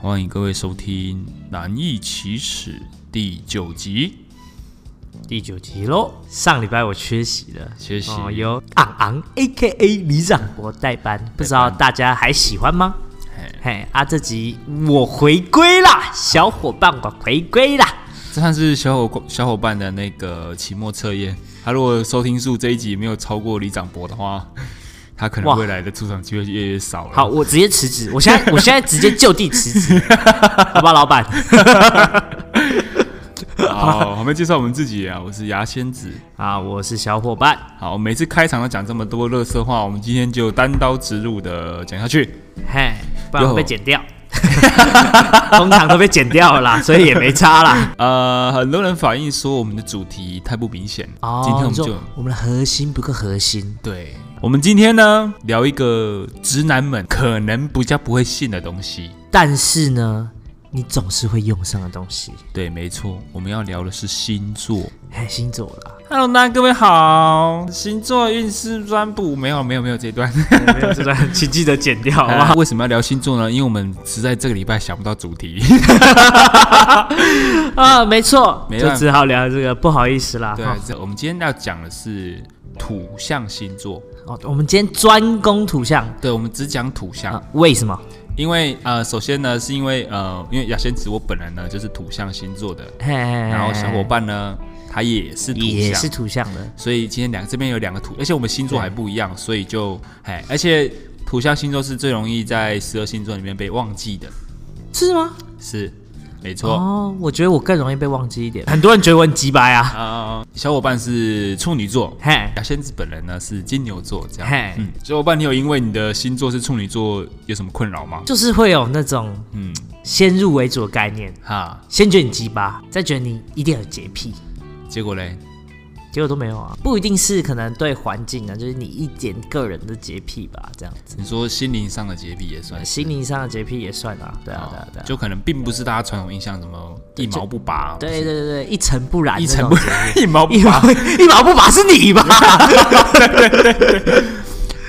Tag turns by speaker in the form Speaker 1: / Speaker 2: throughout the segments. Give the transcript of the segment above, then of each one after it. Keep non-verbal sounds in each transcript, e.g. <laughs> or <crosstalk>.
Speaker 1: 欢迎各位收听《难易启齿》第九集。
Speaker 2: 第九集喽。上礼拜我缺席了，
Speaker 1: 缺席
Speaker 2: 哦，由昂昂 A K A 李长博代班，不知道大家还喜欢吗？
Speaker 1: 嘿，
Speaker 2: 嘿，啊，这集我回归啦，小伙伴我回归啦。
Speaker 1: 这算是小伙小伙伴的那个期末测验。他如果收听数这一集没有超过李长博的话，他可能
Speaker 2: 哇
Speaker 1: 未来的出场机会越来越少了。
Speaker 2: 好，，我直接辞职，我
Speaker 1: <laughs>
Speaker 2: 现在我现在直接就地辞职，好吧，老板。
Speaker 1: 好，我们介绍我们自己啊，我是牙仙子。
Speaker 2: 啊，我是小伙伴。
Speaker 1: 好，每次开场都讲这么多乐色话，我们今天就单刀直入的讲下去。
Speaker 2: 嘿，不然
Speaker 1: 哟
Speaker 2: 会被剪掉， <laughs> 通常都被剪掉了啦，所以也没差啦。
Speaker 1: 呃，很多人反映说我们的主题太不明显，
Speaker 2: 哦，
Speaker 1: 今天我们
Speaker 2: 你说
Speaker 1: 就
Speaker 2: 我们的核心不够核心，
Speaker 1: 对，我们今天呢聊一个直男们可能比较不会信的东西。
Speaker 2: 但是呢，你总是会用上的东西。
Speaker 1: 对，没错，我们要聊的是星座。
Speaker 2: 嘿，星座啦，
Speaker 1: Hello，那各位好，星座运势占卜没有没有没有这一 <laughs> 段，
Speaker 2: 哎没有这段，请记得剪掉，好不好？
Speaker 1: 啊为什么要聊星座呢？因为我们实在这个礼拜想不到主题。
Speaker 2: <laughs> 啊，没错，
Speaker 1: 没办
Speaker 2: 就
Speaker 1: 法
Speaker 2: 只好聊这个，不好意思啦。
Speaker 1: <laughs>
Speaker 2: 哦
Speaker 1: 对
Speaker 2: 哈，
Speaker 1: 这我们今天要讲的是土象星座。
Speaker 2: 哦，我们今天专攻土象
Speaker 1: 对，我们只讲土象，
Speaker 2: 啊，为什么？
Speaker 1: 因为呃，首先呢，是因为呃，因为雅仙子我本人呢就是土象星座的，
Speaker 2: 嘿，
Speaker 1: 然
Speaker 2: 然
Speaker 1: 后小伙伴呢他也是土
Speaker 2: 也
Speaker 1: 象
Speaker 2: 是，土象的，
Speaker 1: 所以今天两这边有两个土，而且我们星座还不一样，所以就哎，而且土象星座是最容易在十二星座里面被忘记的，
Speaker 2: 是吗？
Speaker 1: 是没错。
Speaker 2: 哦，我觉得我更容易被忘记一点，很多人觉得我很鸡掰啊。
Speaker 1: 啊、小伙伴是处女座，
Speaker 2: 嘿，
Speaker 1: 雅仙子本人呢是金牛座，这样。
Speaker 2: 嘿
Speaker 1: 嗯，小伙伴，你有因为你的星座是处女座有什么困扰吗？
Speaker 2: 就是会有那种
Speaker 1: 嗯，
Speaker 2: 先入为主的概念，
Speaker 1: 哈，
Speaker 2: 先觉得你鸡巴，再觉得你一定有洁癖，
Speaker 1: 结果嘞，
Speaker 2: 结果都没有啊。不一定是可能对环境啊，就是你一点个人的洁癖吧，这样子，
Speaker 1: 你说心灵上的洁癖也算是哦
Speaker 2: 心灵上的洁癖也算啊。对啊，对啊，对啊。
Speaker 1: 就可能并不是大家传统印象什么一毛不拔，
Speaker 2: 对对对对，一尘不染
Speaker 1: 一
Speaker 2: 那
Speaker 1: 尘
Speaker 2: 种
Speaker 1: 不 <laughs>
Speaker 2: 洁癖，
Speaker 1: 染，一毛不
Speaker 2: 一
Speaker 1: 拔
Speaker 2: 毛。 <laughs> 一毛不拔是你吧？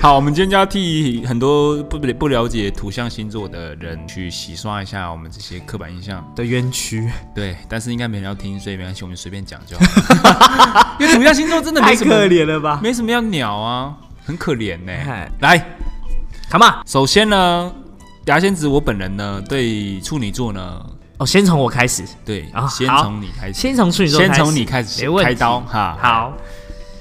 Speaker 1: 好，我们今天就要替很多不不了解土象星座的人去洗刷一下我们这些刻板印象。
Speaker 2: 的冤屈，
Speaker 1: 对，但是应该没人要听，所以没关系，我们随便讲就好
Speaker 2: <laughs>
Speaker 1: 了。因为土象星座真的没
Speaker 2: 太
Speaker 1: 什么
Speaker 2: 可怜了哎吧？
Speaker 1: 没什么要鸟啊，很可怜呢、
Speaker 2: 嗨
Speaker 1: 来，
Speaker 2: 干嘛？
Speaker 1: 首先呢，牙仙子我本人呢，对处女座呢，
Speaker 2: 哦，先从我开始，
Speaker 1: 对，
Speaker 2: 啊
Speaker 1: 先
Speaker 2: 好
Speaker 1: 从你开始，
Speaker 2: 先从处女座开
Speaker 1: 先
Speaker 2: 始，
Speaker 1: 从你开始
Speaker 2: 没问题
Speaker 1: 开刀哈。
Speaker 2: 好，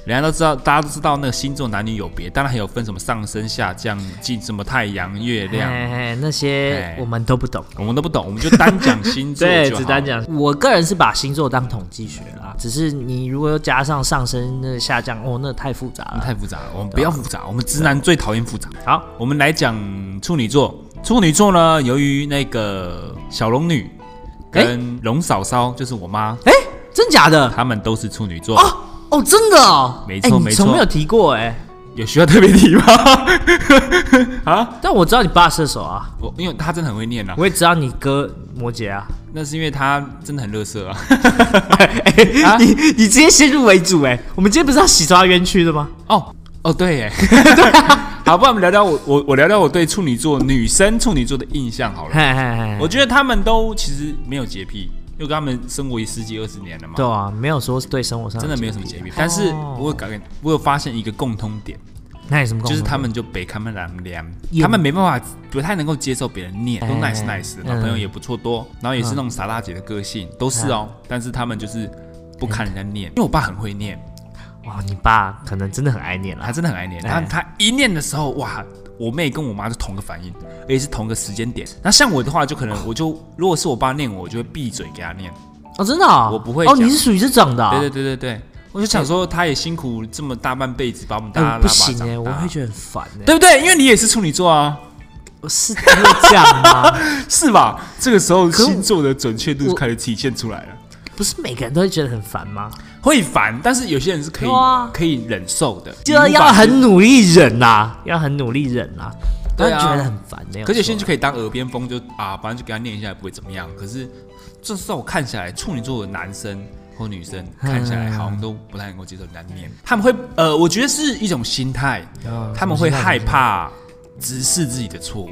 Speaker 1: 人家都知道，大家都知道那个星座男女有别，当然还有分什么上升、下降、进什么太阳、月亮。
Speaker 2: 嘿嘿那些
Speaker 1: 哎
Speaker 2: 我们都不懂。
Speaker 1: 我们都不懂，我们就单讲星
Speaker 2: <laughs>
Speaker 1: 座
Speaker 2: 对，
Speaker 1: 就好
Speaker 2: 只单讲，我个人是把星座当统计学啦，只是你如果又加上上升、那下降，哦，那太复杂了。
Speaker 1: 太复杂了，我们不要复杂，我们直男最讨厌复杂。
Speaker 2: 好，
Speaker 1: 我们来讲处女座，处女座呢，由于那个小龙女跟龙嫂嫂，就是我妈，
Speaker 2: 哎、真假的？
Speaker 1: 她们都是处女座，
Speaker 2: 哦哦，真的哦，
Speaker 1: 没错
Speaker 2: 哎你
Speaker 1: 没错
Speaker 2: 从没有提过哎、
Speaker 1: 有需要特别
Speaker 2: <laughs>
Speaker 1: 提吗？啊，
Speaker 2: 但我知道你爸射手啊，
Speaker 1: 我因为她真的很会念啊，
Speaker 2: 我也知道你哥摩羯啊。
Speaker 1: 那是因为她真的很乐色啊。
Speaker 2: <laughs> 哎
Speaker 1: 啊
Speaker 2: 你你直接先入为主哎、我们今天不是要洗刷冤屈的吗？
Speaker 1: <laughs> 哦哦，对
Speaker 2: <laughs>
Speaker 1: 耶， <laughs> 好，不然我们聊聊我我我聊聊我对处女座女生处女座的印象好了。
Speaker 2: 嘿嘿
Speaker 1: 我
Speaker 2: 嘿，
Speaker 1: 觉得他们都其实没有洁癖，因为跟他们生活十几二十年了嘛，
Speaker 2: 对啊，哦没有说是对生活上
Speaker 1: 真的没有什么洁癖。但是我有感觉，我有发现一个共通点，
Speaker 2: 那有什么共
Speaker 1: 就
Speaker 2: 同
Speaker 1: 是他们就北看不凉凉，
Speaker 2: 有
Speaker 1: 他们没办法，不太能够接受别人念，都
Speaker 2: 哎
Speaker 1: nice nice 的，
Speaker 2: 嗯
Speaker 1: 然后朋友也不错多，然后也是那种傻大姐的个性，都是哦。
Speaker 2: 嗯
Speaker 1: 但是他们就是不看人家
Speaker 2: 哎
Speaker 1: 念，因为我爸很会念，
Speaker 2: 哇，你爸可能真的很爱念啦
Speaker 1: 他。真的很爱念，他
Speaker 2: 哎哎
Speaker 1: 他一念的时候，哇，我妹跟我妈就同个反应，而且是同个时间点。那像我的话，就可能我就如果是我爸念我，我就会闭嘴给他念。
Speaker 2: 哦，真的、哦，
Speaker 1: 我不会
Speaker 2: 哦，
Speaker 1: 讲
Speaker 2: 你是属于这种的、啊。
Speaker 1: 对对对对对，我就想说，他也辛苦这么大半辈子把我们大
Speaker 2: 哎
Speaker 1: 家
Speaker 2: 我
Speaker 1: 拉
Speaker 2: 不
Speaker 1: 拔
Speaker 2: 行
Speaker 1: 长
Speaker 2: 哎、我
Speaker 1: 大
Speaker 2: 会，觉得很烦哎、
Speaker 1: 对不对？因为你也是处女座啊，
Speaker 2: 我是因为这样吗？ <laughs>
Speaker 1: 是吧？这个时候
Speaker 2: 可我
Speaker 1: 星座的准确度
Speaker 2: 我
Speaker 1: 开始体现出来了，
Speaker 2: 不是每个人都会觉得很烦吗？
Speaker 1: 会烦，但是有些人是可以
Speaker 2: 对啊
Speaker 1: 可以忍受的，
Speaker 2: 就
Speaker 1: 你无法
Speaker 2: 要很努力忍呐、要很努力忍呐、
Speaker 1: 对啊
Speaker 2: 但觉得很烦没有错。
Speaker 1: 可是有些人就可以当耳边风，就啊，反正就给他念一下，也不会怎么样。可是这是在我看下来，处女座的男生或女生看下来，好像都不太能够接受人家念。他们会呃，我觉得是一种心态，
Speaker 2: 嗯
Speaker 1: 他们会害怕直视自己的错误。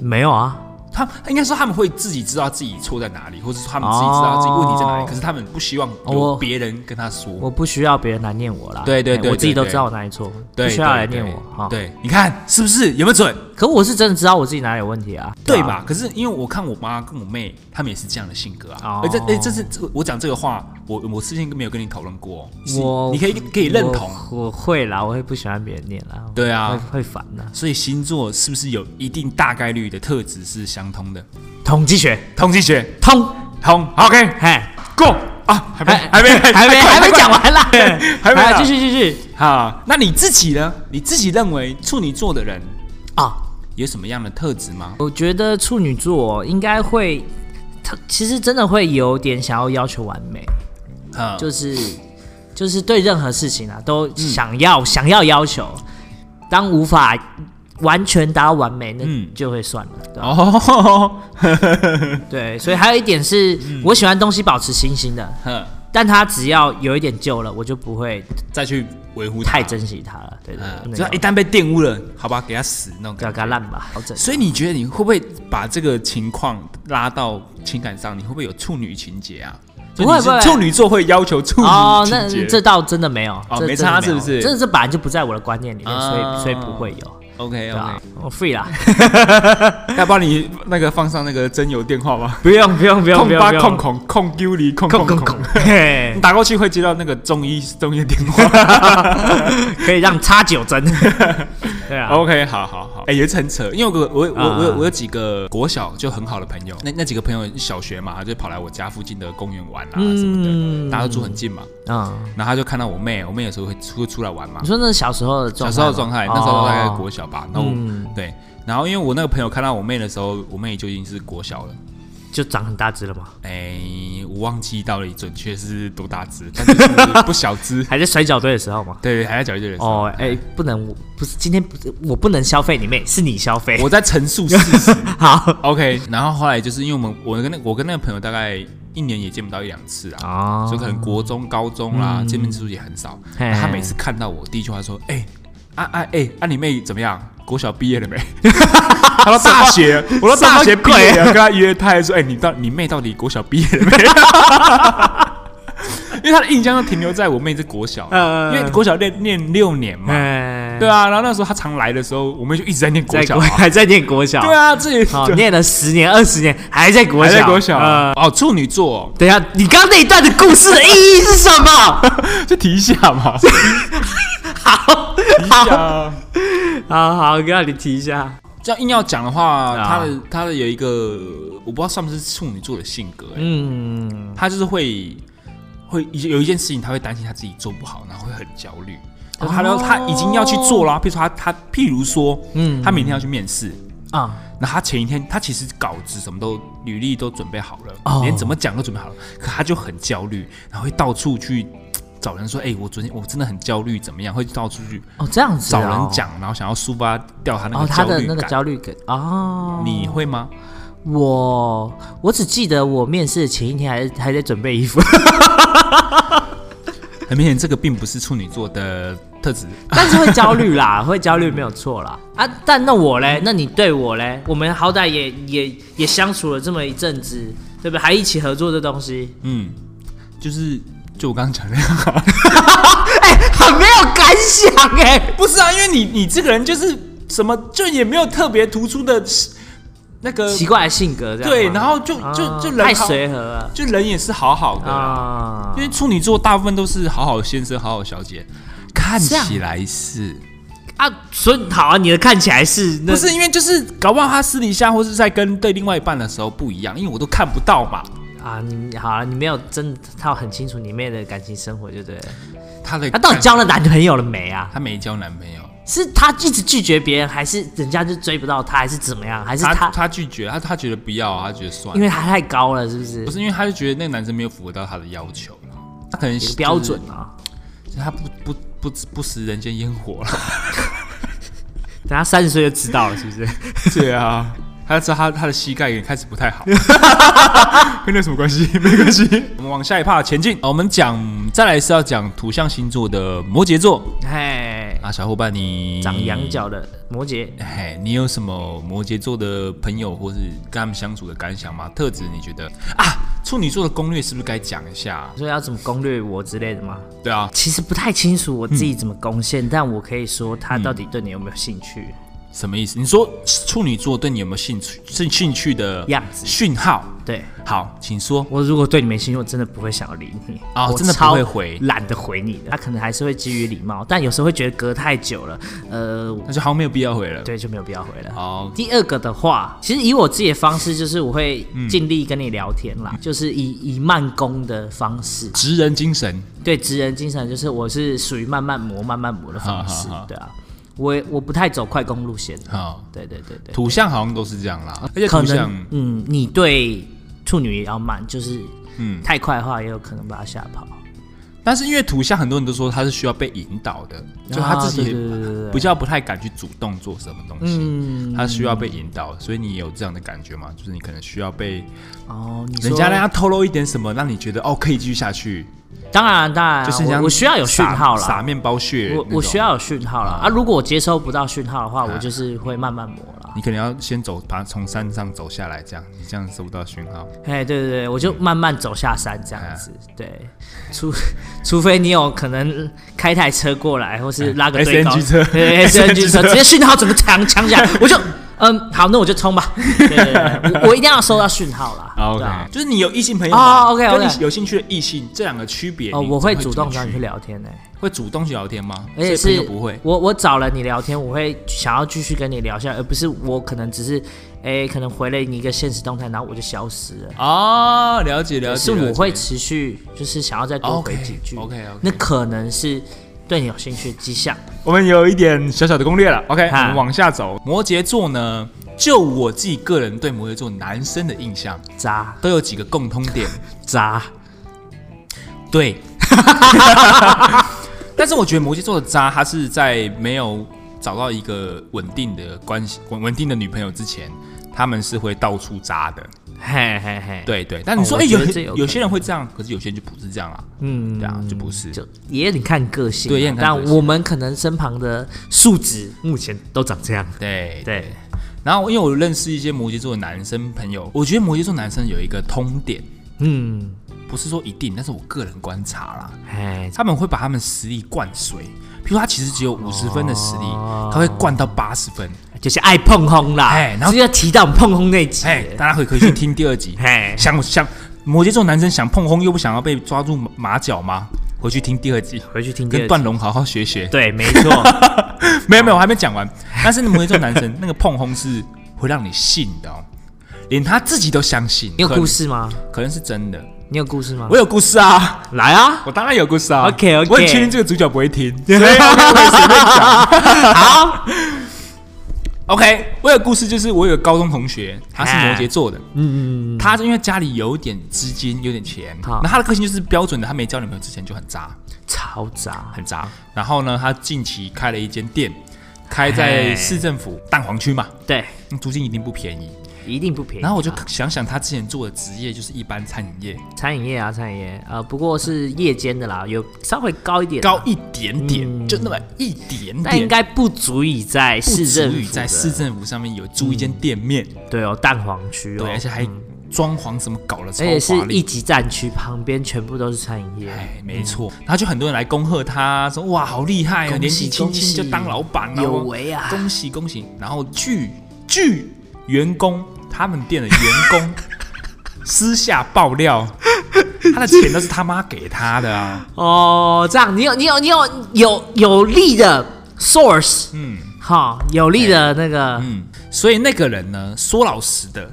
Speaker 2: 没有啊？
Speaker 1: 他应该说他们会自己知道自己错在哪里，或者说他们自己知道自己问题在哪里，
Speaker 2: 哦
Speaker 1: 可是他们不希望有
Speaker 2: 我
Speaker 1: 别人跟他说。
Speaker 2: 我不需要别人来念我啦，
Speaker 1: 对对
Speaker 2: 哎
Speaker 1: 对
Speaker 2: 我自己
Speaker 1: 对
Speaker 2: 都
Speaker 1: 对
Speaker 2: 知道我哪里错，
Speaker 1: 对，
Speaker 2: 不需要来念
Speaker 1: 对
Speaker 2: 我哈。
Speaker 1: 对，你看是不是有没有准？
Speaker 2: 可我是真的知道我自己哪里有问题啊，
Speaker 1: 对
Speaker 2: 吧？
Speaker 1: 吧？可是因为我看我妈跟我妹，她们也是这样的性格啊。
Speaker 2: 哦
Speaker 1: 而这哎，这是这个我讲这个话，我我之前没有跟你讨论过哦，是
Speaker 2: 我
Speaker 1: 你可以可以认同。
Speaker 2: 我，我会啦，我会不喜欢别人念啦，
Speaker 1: 对啊
Speaker 2: 会会烦的。
Speaker 1: 所以星座是不是有一定大概率的特质是相通的？
Speaker 2: 统计学
Speaker 1: 统计学
Speaker 2: 通，
Speaker 1: 通，OK
Speaker 2: 嘿，
Speaker 1: go 啊，还没
Speaker 2: 哎
Speaker 1: 还没
Speaker 2: 还没 <laughs> 还没讲完啦，
Speaker 1: 还没
Speaker 2: 来
Speaker 1: 啦
Speaker 2: 继续继续
Speaker 1: 好，那你自己呢？你自己认为处女座的人
Speaker 2: 啊！
Speaker 1: 有什么样的特质吗？
Speaker 2: 我觉得处女座应该会，他其实真的会有点想要要求完美，
Speaker 1: 啊，
Speaker 2: 就是就是对任何事情啊都
Speaker 1: 嗯
Speaker 2: 想要、想要要求，当无法完全达到完美，那
Speaker 1: 嗯
Speaker 2: 就会算了，对吧
Speaker 1: <laughs> 哦，
Speaker 2: 对，所以还有一点是、
Speaker 1: 嗯
Speaker 2: 我喜欢东西保持新鲜的，
Speaker 1: 呵
Speaker 2: 但它只要有一点旧了，我就不会
Speaker 1: 呃再去维护它
Speaker 2: 太，珍惜它了。对对
Speaker 1: 嗯，
Speaker 2: 对，
Speaker 1: 只要一旦被玷污了，好吧，给他死那种
Speaker 2: 不要
Speaker 1: 感
Speaker 2: 给它
Speaker 1: 觉。
Speaker 2: 烂吧，好整。
Speaker 1: 所以你觉得你会不会把这个情况拉到情感上？你会不会有处女情节啊？
Speaker 2: 不
Speaker 1: 就你
Speaker 2: 会
Speaker 1: 是
Speaker 2: 不会
Speaker 1: 处女座会要求处
Speaker 2: 哦
Speaker 1: 女，
Speaker 2: 那
Speaker 1: 情节。
Speaker 2: 这倒真的没有，
Speaker 1: 哦
Speaker 2: 这
Speaker 1: 没
Speaker 2: 真的
Speaker 1: 差
Speaker 2: 有
Speaker 1: 是不是
Speaker 2: 这这本来就不在我的观念里面，所
Speaker 1: 啊
Speaker 2: 以所以不会有，
Speaker 1: OK
Speaker 2: 对
Speaker 1: OK，
Speaker 2: 啊，我 free 啦，
Speaker 1: 要帮你那个放上那个真友电话吗？
Speaker 2: 不用不用不用
Speaker 1: 控
Speaker 2: 不
Speaker 1: 八
Speaker 2: 用，
Speaker 1: 控孔控丢离控
Speaker 2: 控
Speaker 1: 控
Speaker 2: 控
Speaker 1: 控
Speaker 2: 控，，嘿
Speaker 1: 你打过去会接到那个中医中医的电话。
Speaker 2: <laughs> 可以让插九针，对啊，
Speaker 1: OK，好好好，哎、也是很扯，因为我我我
Speaker 2: 啊
Speaker 1: 我有我有几个国小就很好的朋友，那那几个朋友小学嘛，就跑来我家附近的公园玩啊什么的，
Speaker 2: 嗯
Speaker 1: 大家都住很近嘛，
Speaker 2: 嗯，
Speaker 1: 然后他就看到我妹，我妹有时候会出会出来玩嘛
Speaker 2: 你，说那是小时候的
Speaker 1: 小
Speaker 2: 状态
Speaker 1: 时候的状态，那
Speaker 2: 吗，
Speaker 1: 时候大概国
Speaker 2: 哦
Speaker 1: 小吧，然后、
Speaker 2: 嗯
Speaker 1: 对，然后因为我那个朋友看到我妹的时候，我妹就已经是国小了。
Speaker 2: 就长很大只了嘛，
Speaker 1: 哎、我忘记到底准确是多大只，但就是不小只
Speaker 2: <laughs> ，还在摔跤队的时候嘛。
Speaker 1: 对，还在讲这个。哦，
Speaker 2: 哦，哎、不能，我不是今天不是我不能消费你妹，是你消费。
Speaker 1: 我在陈述事实。
Speaker 2: <laughs> 好
Speaker 1: OK，然后后来就是因为我们我跟那我跟那个朋友大概一年也见不到一两次啊，
Speaker 2: 啊
Speaker 1: 所以可能国中、高中啦、见面次数也很少。
Speaker 2: 嘿
Speaker 1: 他每次看到我，第一句话说：“哎、啊啊哎，啊你妹怎么样？国小毕业了没？”他说：“大 <laughs> 学，我说大学毕业啊了。”跟他约，他还说：“哎、你到你妹到底国小毕业了没？” <laughs> 因为他的印象都停留在我妹是国小，
Speaker 2: 嗯嗯嗯
Speaker 1: 因为国小念念六年嘛，
Speaker 2: 哎
Speaker 1: 对啊。然后那时候他常来的时候，我妹就一直在念国
Speaker 2: 在
Speaker 1: 小
Speaker 2: 国
Speaker 1: 啊、
Speaker 2: 还在念国小，
Speaker 1: 对啊，这也
Speaker 2: 好
Speaker 1: 对
Speaker 2: 念了十年二十年，还在国
Speaker 1: 还
Speaker 2: 小，
Speaker 1: 在国小、
Speaker 2: 呃
Speaker 1: 哦，处女座哦、
Speaker 2: 等一下，你刚刚那一段的故事的意义是什么？ <laughs>
Speaker 1: 就提一下 <laughs>
Speaker 2: 啊
Speaker 1: 嘛，提
Speaker 2: 好，
Speaker 1: 一
Speaker 2: 好
Speaker 1: 下。
Speaker 2: 好好，让你提一下。
Speaker 1: 啊这样硬要讲的话，
Speaker 2: 啊
Speaker 1: 他的他的有一个，我不知道算不是处女座的性格、欸，
Speaker 2: 嗯，
Speaker 1: 他就是会会有一件事情，他会担心他自己做不好，然后会很焦虑。然后他都、
Speaker 2: 哦
Speaker 1: 他已经要去做了，譬如说他他譬如说，嗯，
Speaker 2: 嗯
Speaker 1: 他明天要去面试，
Speaker 2: 啊，
Speaker 1: 那他前一天他其实稿子什么都履历都准备好了，
Speaker 2: 哦
Speaker 1: 连怎么讲都准备好了，可他就很焦虑，然后会到处去嘖找人说，哎、我昨天我真的很焦虑，怎么样？会到处去
Speaker 2: 哦，这样子、
Speaker 1: 找人，讲，然后想要抒发掉他那
Speaker 2: 哦
Speaker 1: 个，
Speaker 2: 他
Speaker 1: 焦
Speaker 2: 的
Speaker 1: 虑
Speaker 2: 那
Speaker 1: 感。
Speaker 2: 个焦虑感，哦，
Speaker 1: 你会吗？
Speaker 2: 我我只记得我面试的前一天还还在准备衣服， <laughs>
Speaker 1: 很明显，这个并不是处女座的特质。
Speaker 2: 但是会焦
Speaker 1: <laughs>
Speaker 2: 虑啦，会焦虑没有错啦啊！但那我嘞，那你对我嘞，我们好歹也也也相处了这么一阵子，对不对？还一起合作这
Speaker 1: <laughs>
Speaker 2: 东西，
Speaker 1: 嗯，就是就我刚刚讲那样，
Speaker 2: 很没有感想哎、
Speaker 1: <laughs> 不是啊，因为你你这个人就是什么，就也没有特别突出的那个
Speaker 2: 奇怪的性格这样吗。
Speaker 1: 对，然后就
Speaker 2: 啊
Speaker 1: 就就
Speaker 2: 太
Speaker 1: 人好，
Speaker 2: 随和了
Speaker 1: 就人也是好好的啦。
Speaker 2: 啊
Speaker 1: 因！为处女座大部分都是好好先生、好好小姐，看
Speaker 2: 这样
Speaker 1: 起来是
Speaker 2: 啊，所以好啊，你的看起来是那
Speaker 1: 不是？因为就是搞不好他私底下或是在跟对另外一半的时候不一样，因为我都看不到嘛。
Speaker 2: 啊？你好啊，你没有真的套很清楚你妹的感情生活，对不对了？
Speaker 1: 他的
Speaker 2: 她到底交了男朋友了没啊？
Speaker 1: 他没交男朋友，
Speaker 2: 是她一直拒绝别人，还是人家就追不到她，还是怎么样？还是
Speaker 1: 他
Speaker 2: 她
Speaker 1: 他拒绝，他他觉得不要啊，他觉得算
Speaker 2: 因
Speaker 1: 了，
Speaker 2: 为她太高了，是不是
Speaker 1: 不？是因为他就觉得那个男生没有符合到他的要求啦他可能
Speaker 2: 有
Speaker 1: 是
Speaker 2: 个标准，啊。
Speaker 1: 就是他不不不不食人间烟火啊了。
Speaker 2: 等她三十岁就知道了，是不 <laughs> 是？
Speaker 1: 对啊，他知道他他的膝盖也开始不 <laughs> 太好，跟那有什么关系？ <laughs> 没关系。我们往下一趴前进，我们讲再来是要讲土象星座的摩羯座。
Speaker 2: 哎，
Speaker 1: 啊，小伙伴你
Speaker 2: 长羊，角的摩羯，
Speaker 1: 哎，你有什么摩羯座的朋友，或是跟他们相处的感想吗？特质你觉得啊，处女座的攻略是不是该讲一下？
Speaker 2: 所以要怎么攻略我之类的吗？
Speaker 1: 对啊，
Speaker 2: 其实不太清楚我自己怎么攻陷，但我可以说他到底对你有没有兴趣。
Speaker 1: 什么意思？你说处女座对你有没有兴趣？是兴趣的
Speaker 2: 样子
Speaker 1: 讯号？
Speaker 2: 对
Speaker 1: 好，请说。
Speaker 2: 我如果对你没兴趣，我真的不会想要理你
Speaker 1: 哦
Speaker 2: 我
Speaker 1: 真的不
Speaker 2: 超
Speaker 1: 会回
Speaker 2: 懒得回你的。他可能还是会基于礼貌，但有时候会觉得隔太久了，呃，
Speaker 1: 那就好像没有必要回了。，
Speaker 2: 对，就没有必要回了。
Speaker 1: 好，
Speaker 2: 第二个的话，其实以我自己的方式，就是我会
Speaker 1: 嗯
Speaker 2: 尽力跟你聊天啦，就是以以慢工的方式，
Speaker 1: 职人精神，
Speaker 2: 对职人精神，就是我是属于慢慢磨、慢慢磨的方式，
Speaker 1: 好好好
Speaker 2: 对啊，我我不太走快攻路线，
Speaker 1: 好，
Speaker 2: 对对对对，
Speaker 1: 土象好像都是这样啦。而且
Speaker 2: 啊可
Speaker 1: 土象
Speaker 2: 能嗯，你对处女也要慢，就是
Speaker 1: 嗯
Speaker 2: 太快的话，也有可能把她吓跑。
Speaker 1: 但是因为土象很多人都说他是需要被引导的，就他自己
Speaker 2: 啊对对对对对
Speaker 1: 比较不太敢去主动做什么东西，
Speaker 2: 嗯
Speaker 1: 他需要被引导，所以你有这样的感觉吗？就是你可能需要被
Speaker 2: 哦，你说
Speaker 1: 人家让他透露一点什么，让你觉得哦可以继续下去，
Speaker 2: 当然当然，
Speaker 1: 就是
Speaker 2: 啊我
Speaker 1: 像
Speaker 2: 我需要有讯
Speaker 1: 撒
Speaker 2: 号
Speaker 1: 撒
Speaker 2: 啦，
Speaker 1: 面包屑那
Speaker 2: 我
Speaker 1: 种，啊
Speaker 2: 我需要有讯号啦啊！如果我接收不到讯号的话，我就是会慢慢磨啦。
Speaker 1: 你可能要先走，把从山上走下来，这样你这样收不到讯号。
Speaker 2: 哎，对对对，我就慢慢走下山这样子，
Speaker 1: 嗯
Speaker 2: 对，除除非你有可能开台车过来，或
Speaker 1: 哎
Speaker 2: 是拉个堆高
Speaker 1: SNG 车 <laughs>
Speaker 2: 对 S N G 车，直接讯号整个抢抢下来，我就嗯，好，那我就冲吧，对对对，我我一定要收到讯号
Speaker 1: <laughs>
Speaker 2: 啦，
Speaker 1: 啊
Speaker 2: 对啊
Speaker 1: OK，就是你有异性朋友
Speaker 2: 哦
Speaker 1: 吗
Speaker 2: ，OK，OK
Speaker 1: 跟你有兴趣的异性这两个区别，
Speaker 2: 哦，
Speaker 1: 你
Speaker 2: 我
Speaker 1: 会
Speaker 2: 会主动找你去
Speaker 1: 聊，
Speaker 2: 聊天呢、
Speaker 1: 会主动去聊天吗？
Speaker 2: 而且
Speaker 1: 所以
Speaker 2: 是
Speaker 1: 朋友不会，
Speaker 2: 我我找了你聊天，我会想要继续跟你聊下去，而不是我可能只是哎、可能回了你一个现实动态，然后我就消失了。
Speaker 1: 哦，了解了解，
Speaker 2: 是我
Speaker 1: 了解
Speaker 2: 会持续，就是想要再多回
Speaker 1: OK，
Speaker 2: 几句。
Speaker 1: OK，OK
Speaker 2: 那可能是对你有兴趣的迹象。
Speaker 1: 我们有一点小小的攻略了。OK，我
Speaker 2: 哈
Speaker 1: 们往下走。摩羯座呢，就我自己个人对摩羯座男生的印象，
Speaker 2: 渣
Speaker 1: 都有几个共通
Speaker 2: <laughs>
Speaker 1: 点。
Speaker 2: 渣，
Speaker 1: 对， <laughs> 但是我觉得摩羯座的渣，他是在没有找到一个稳定的关系、稳稳定的女朋友之前，他们是会到处渣的。
Speaker 2: 嘿嘿嘿，，
Speaker 1: 对对，但你说，
Speaker 2: 哦
Speaker 1: 哎、
Speaker 2: 我觉得这有可
Speaker 1: 有
Speaker 2: 能
Speaker 1: 有些人会这样，可是有些人就不是这样啊。
Speaker 2: 嗯
Speaker 1: 对啊，就不是。
Speaker 2: 就也得看个性啊、
Speaker 1: 对也得看个
Speaker 2: 但
Speaker 1: 性
Speaker 2: 我们可能身旁的数值目前都长这样。
Speaker 1: 对
Speaker 2: 对，
Speaker 1: 然后因为我认识一些摩羯座的男生朋友，我觉得摩羯座男生有一个通点，
Speaker 2: 嗯，
Speaker 1: 不是说一定，但是我个人观察啦，
Speaker 2: 哎，
Speaker 1: 他们会把他们实力灌水。比如他其实只有五十分的实力，
Speaker 2: 哦
Speaker 1: 他会灌到八十分。
Speaker 2: 就是爱碰轰啦。
Speaker 1: 哎然后
Speaker 2: 这就要提到我们碰轰那集。
Speaker 1: 哎，大家可以可以去听第二集。
Speaker 2: 嘿，
Speaker 1: 想想摩羯座男生想碰轰又不想要被抓住马马脚吗？回去听第二集，
Speaker 2: 回去听第二
Speaker 1: 跟
Speaker 2: 集
Speaker 1: 段龙好好学学。
Speaker 2: 对，没错，
Speaker 1: 没有没有，我还没讲完。但是摩羯座男生那个碰轰是会让你信的哦，连他自己都相信。
Speaker 2: <laughs> 你有故
Speaker 1: 可
Speaker 2: 事吗？
Speaker 1: 能可能是真的，
Speaker 2: 你有故事吗
Speaker 1: 我？有故事啊。
Speaker 2: 来啊！
Speaker 1: 我当然有故事啊。
Speaker 2: OK，OK
Speaker 1: 我很确定这个主角不会听，所以 <laughs> OK，我也随便讲。 <laughs> 好，OK，我有故事，就是我有个高中同学，他是摩羯座的，
Speaker 2: 嗯，
Speaker 1: 他是因为家里有点资金，有点钱，
Speaker 2: 好
Speaker 1: 那他的个性就是标准的，他没交女朋友之前就很渣，
Speaker 2: 超渣，
Speaker 1: 很渣。然后呢，他近期开了一间店，开在
Speaker 2: 嘿
Speaker 1: 市政府蛋黄区嘛，
Speaker 2: 对，
Speaker 1: 嗯租金一定不便宜。
Speaker 2: 一定不便宜啊。
Speaker 1: 然后我就想想他之前做的职业就是一般餐饮业，
Speaker 2: 餐饮业啊，餐饮业，呃，不过是夜间的啦，有稍微高一点啊，
Speaker 1: 高一点点，嗯就那么一点
Speaker 2: 但应
Speaker 1: 点。
Speaker 2: 该不足以在
Speaker 1: 不
Speaker 2: 市政
Speaker 1: 足
Speaker 2: 府
Speaker 1: 以
Speaker 2: 的
Speaker 1: 在市政府上面有租一间店面，
Speaker 2: 对哦，蛋黄区哦，
Speaker 1: 对，而且还装潢什么搞了超
Speaker 2: 而且是
Speaker 1: 华
Speaker 2: 一嗯
Speaker 1: 丽。
Speaker 2: 级战区旁边全部都是餐饮业，
Speaker 1: 哎，没错，然后就很多人来恭贺他，说哇，好厉害啊，
Speaker 2: 恭喜
Speaker 1: 年纪轻
Speaker 2: 恭喜
Speaker 1: 轻就当老板了，
Speaker 2: 有为啊
Speaker 1: 恭喜恭喜！然后据据员工他们店的员
Speaker 2: <laughs>
Speaker 1: 工私下爆料，他的钱都是他妈给他的啊，
Speaker 2: 哦，这样你有你有你有有有力的 source，
Speaker 1: 嗯
Speaker 2: 哈，有力的那个，
Speaker 1: 嗯，所以那个人呢，说老实的。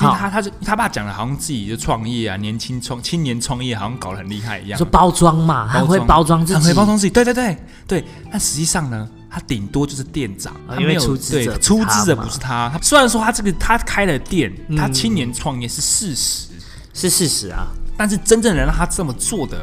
Speaker 1: 因为
Speaker 2: 好
Speaker 1: 他他就他爸讲的，好像自己就创业啊，年轻创青年创业，好像搞得很厉害一样
Speaker 2: 说。包装嘛，他
Speaker 1: 包
Speaker 2: 很会包装自
Speaker 1: 很
Speaker 2: 己
Speaker 1: 会，包装自己。对对对对，但实际上呢，他顶多就是店长，
Speaker 2: 啊
Speaker 1: 他
Speaker 2: 因为
Speaker 1: 没有
Speaker 2: 出资
Speaker 1: 对
Speaker 2: 者不是
Speaker 1: 出
Speaker 2: 他
Speaker 1: 资者
Speaker 2: 嘛嗯
Speaker 1: 不是他。他虽然说他这个他开了店，他青年创业是事实，
Speaker 2: 是事实啊，
Speaker 1: 但是真正能让他这么做的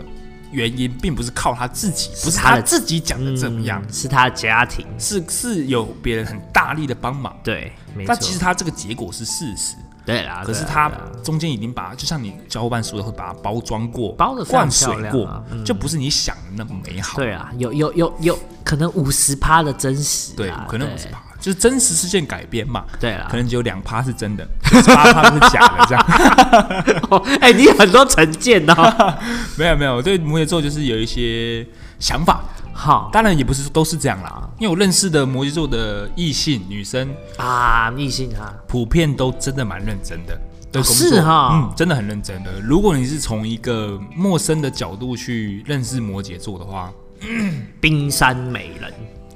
Speaker 1: 原因，并不是靠他自己，不是
Speaker 2: 他
Speaker 1: 他
Speaker 2: 的
Speaker 1: 自己讲的这么样，
Speaker 2: 嗯是他的家庭，
Speaker 1: 是是有别人很大力的帮忙。
Speaker 2: 对，没错
Speaker 1: 但，其实他这个结果是事实，
Speaker 2: 对啦，
Speaker 1: 可是
Speaker 2: 对啦
Speaker 1: 它
Speaker 2: 对啊啦
Speaker 1: 中间已经把，就像你交互伴书的会把它包装过、
Speaker 2: 包得非常
Speaker 1: 灌水
Speaker 2: 漂亮
Speaker 1: 过
Speaker 2: 啊，
Speaker 1: 就不是你想的那么美好。
Speaker 2: 对啊，有有有有可能五十趴的真实啦，啊
Speaker 1: 对，可能
Speaker 2: 对 <laughs>
Speaker 1: 五十趴，就是真实事件改编嘛。
Speaker 2: 对啦
Speaker 1: 可能只有两趴是真的，八趴是假的，这
Speaker 2: <laughs>
Speaker 1: 样。
Speaker 2: 哦，哎、你很多成见哦。
Speaker 1: 没有没有，我对摩羯座就是有一些想法，
Speaker 2: 好
Speaker 1: 当然也不是都是这样啦。因为我认识的摩羯座的异性女生，
Speaker 2: 啊，异性啊，
Speaker 1: 普遍都真的蛮认真的。对
Speaker 2: 哦
Speaker 1: 工作
Speaker 2: 是哈
Speaker 1: 嗯，真的很认真的。如果你是从一个陌生的角度去认识摩羯座的话，
Speaker 2: 冰山美人。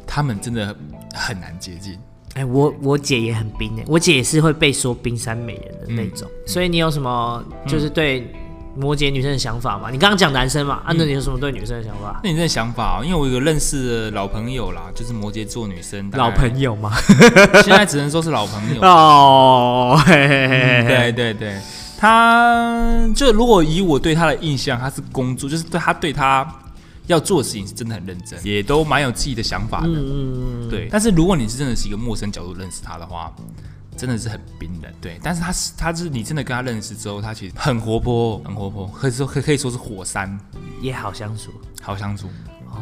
Speaker 1: 他们真的很难接近。
Speaker 2: 哎、我我姐也很冰哎、我姐也是会被说冰山美人的
Speaker 1: 嗯
Speaker 2: 那种。所以你有什么就是对摩羯女生的想法吗？你刚刚讲男生嘛，啊，
Speaker 1: 嗯
Speaker 2: 那你有什么对女生的想法？
Speaker 1: <laughs> 那你这想法、哦，因为我有个认识的老朋友啦，就是摩羯座女生，大概
Speaker 2: 老朋友吗？
Speaker 1: 现在只能说是老朋友。
Speaker 2: <laughs> 哦，嘿嘿嘿嘿，
Speaker 1: 嗯对对对，他就如果以我对他的印象，他是工作，就是对他对他要做的事情是真的很认真，也都蛮有自己的想法的。对，但是如果你是真的是一个陌生角度认识他的话，真的是很冰冷。对，但是他是他是你真的跟他认识之后，他其实很活泼，哦很活泼，可以说可以可以说是火山
Speaker 2: 也好相处。
Speaker 1: 好相处。哦，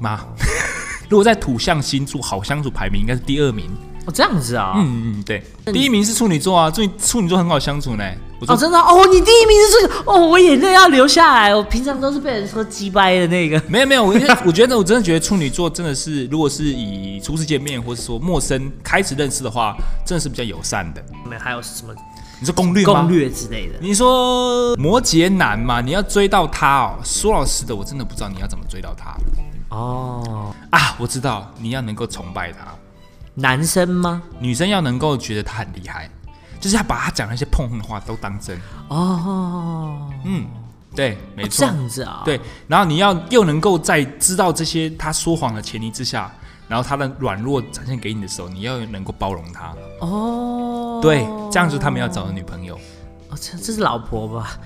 Speaker 1: 妈。 <laughs> 如果在土象星座好相处排名应该是第二名，
Speaker 2: 哦，这样子啊、
Speaker 1: 嗯嗯对，第一名是处女座啊，处女处女座很好相处呢。我说
Speaker 2: 哦，真的哦，你第一名是这个哦，我眼泪要流下来。我平常都是被人说鸡掰的那个。
Speaker 1: 没有没有，我因为 <laughs> 我觉得我真的觉得处女座真的是，如果是以初次见面或是说陌生开始认识的话，真的是比较友善的。
Speaker 2: 你们还有什么
Speaker 1: 你说攻略吗？
Speaker 2: 攻略之类的？
Speaker 1: 你说摩羯男嘛，你要追到他哦。说老实的，我真的不知道你要怎么追到他
Speaker 2: 哦，
Speaker 1: 啊。我知道你要能够崇拜他，
Speaker 2: 男生吗？
Speaker 1: 女生要能够觉得他很厉害，就是要把他讲那些碰碰的话都当真。
Speaker 2: 哦，
Speaker 1: 嗯，对，没
Speaker 2: 这
Speaker 1: 错。
Speaker 2: 样子啊、，
Speaker 1: 对，然后你要又能够在知道这些他说谎的前提之下，然后他的软弱展现给你的时候，你要能够包容他。
Speaker 2: 哦，
Speaker 1: 对，这样就是他们要找的女朋友。
Speaker 2: 哦，这这是老婆吧？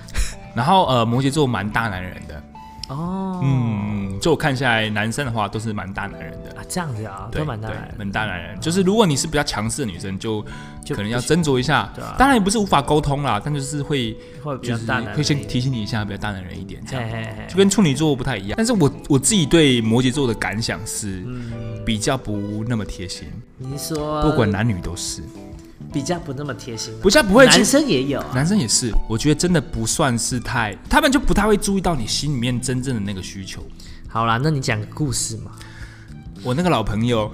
Speaker 1: 然后呃，摩羯座蛮大男人的，
Speaker 2: 哦，
Speaker 1: 嗯，就我看下来，男生的话都是蛮大男人的，
Speaker 2: 啊，这样子啊、
Speaker 1: 对
Speaker 2: 都蛮大
Speaker 1: 对
Speaker 2: 男人。
Speaker 1: 蛮大男人。就是如果你是比较强势的女生，就
Speaker 2: 就
Speaker 1: 可能
Speaker 2: 不
Speaker 1: 要斟
Speaker 2: 行
Speaker 1: 酌一下
Speaker 2: 对啊。
Speaker 1: 当然也不是无法沟通啦，但就是会
Speaker 2: 会比
Speaker 1: 就
Speaker 2: 较
Speaker 1: 是
Speaker 2: 大男人
Speaker 1: 会先
Speaker 2: 一点
Speaker 1: 提醒你一下，比较大男人一点这
Speaker 2: 嘿
Speaker 1: 样。
Speaker 2: 嘿嘿
Speaker 1: 就跟处女座不太一样，但是我我自己对摩羯座的感想是，
Speaker 2: 嗯
Speaker 1: 比较不那么贴心，
Speaker 2: 你是说
Speaker 1: 不管男女都是，
Speaker 2: 比较不那么贴心啊、
Speaker 1: 不像不会去
Speaker 2: 男生也有啊。
Speaker 1: 男生也是，我觉得真的不算是太，他们就不太会注意到你心里面真正的那个需求。
Speaker 2: 好啦，那你讲个故事嘛？
Speaker 1: 我那个老朋友，